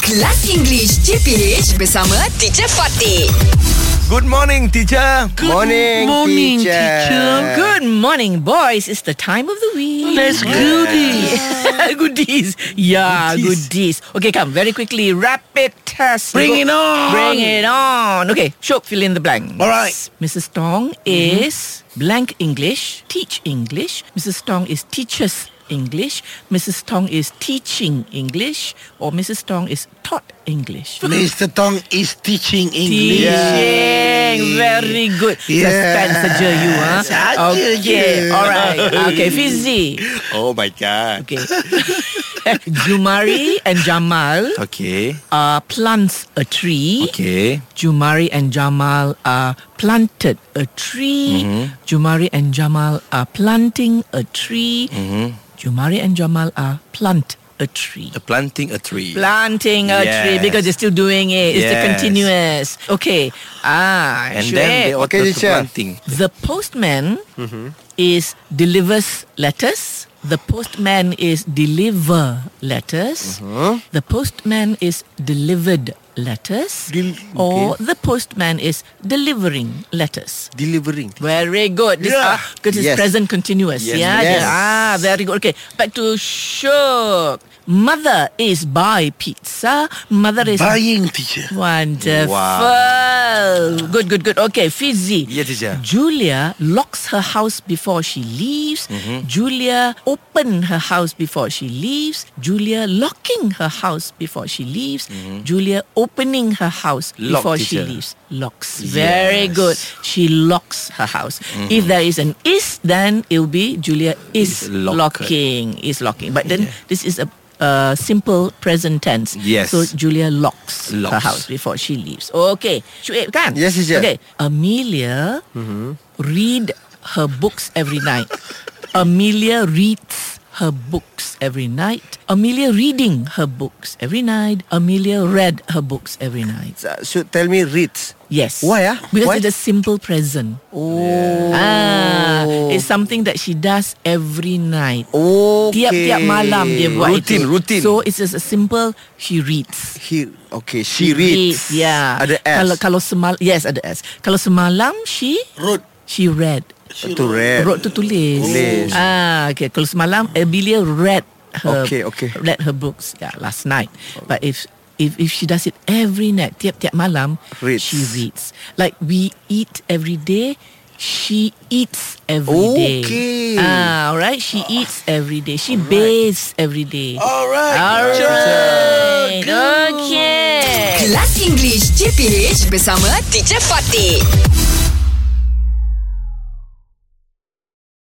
Kelas English CPH bersama Teacher Fatih. Good morning, teacher. Good Morning, morning, teacher. Good morning, boys. It's the time of the week. Let's goodies. goodies. Yeah, Goodies. goodies. Okay, come very quickly. Rapid test. Bring it on. Bring it on. Okay, Shok, fill in the blank. All right. Mrs. Tong is blank English, teach English. Mrs. Tong is teachers English. Mrs. Tong is teaching English, or Mrs. Tong is taught English. Mr. Tong is teaching English. Teaching. Very good. Yeah. Suspense saja you ha. Saja okay. je. Alright. Okay, Fizi. Oh my god. Okay. Jumari and Jamal Okay. uh, plants a tree. Okay. Jumari and Jamal uh, planted a tree. Mm-hmm. Jumari and Jamal are planting a tree. Mm-hmm. Jumari and Jamal are plant a tree. The planting a tree. Planting a tree Yes. because they're still doing it. It's still Yes. continuous. Okay. Ah, and Shuib. then they also Okay, to teacher. planting. The postman is delivers letters. The postman is deliver letters. Mm-hmm. The postman is delivered letters. Del- Or the postman is delivering letters. Delivering. Very good. This uh, Yeah. because it's Yes. present continuous. Yes. Yeah. Yes. yeah. Ah, very good. Okay. Back to Shook. Mother is buy pizza. Mother is Buying teacher. Wonderful. Good, good, good. Okay, Fizzy. Yeah, teacher. Julia locks her house before she leaves. Mm-hmm. Julia open her house before she leaves. Julia locking her house before she leaves. Mm-hmm. Julia opening her house Lock, before she teacher. leaves. Locks. Very good. She locks her house. If there is an is, then it'll be Julia Mm-hmm. is Is locked. locking. Is locking. But then this is a uh, simple present tense. Yes. So Julia locks, her Locks. house before she leaves. Okay. Shuib kan? Yes, teacher. Okay. Amelia read her books every night. Amelia reads her books every night. Amelia reading her books every night. Amelia read her books every night. Uh, should tell me reads. Yes. Why, ah? Because Why? it's a simple present. Oh. Ah, it's something that she does every night. Okay. Tiap-tiap malam dia buat Routine, itu. routine. So it's just a simple she reads. He, okay, she reads. Yeah. Ada S. Kalau kalau semalam yes ada S. Kalau semalam she Road. she read. To read. Road tu tulis. Tulis. Ah okay. Kalau semalam Amelia read her Okay, okay. read her books yeah last night. But if if if she does it every night tiap-tiap malam Reads. she reads. Like we eat every day She eats every day. Okay. Ah, all right. She eats every day. She bathes every day. Oh, Alright. All right. Okay. Kelas English CPH bersama Teacher Fatih.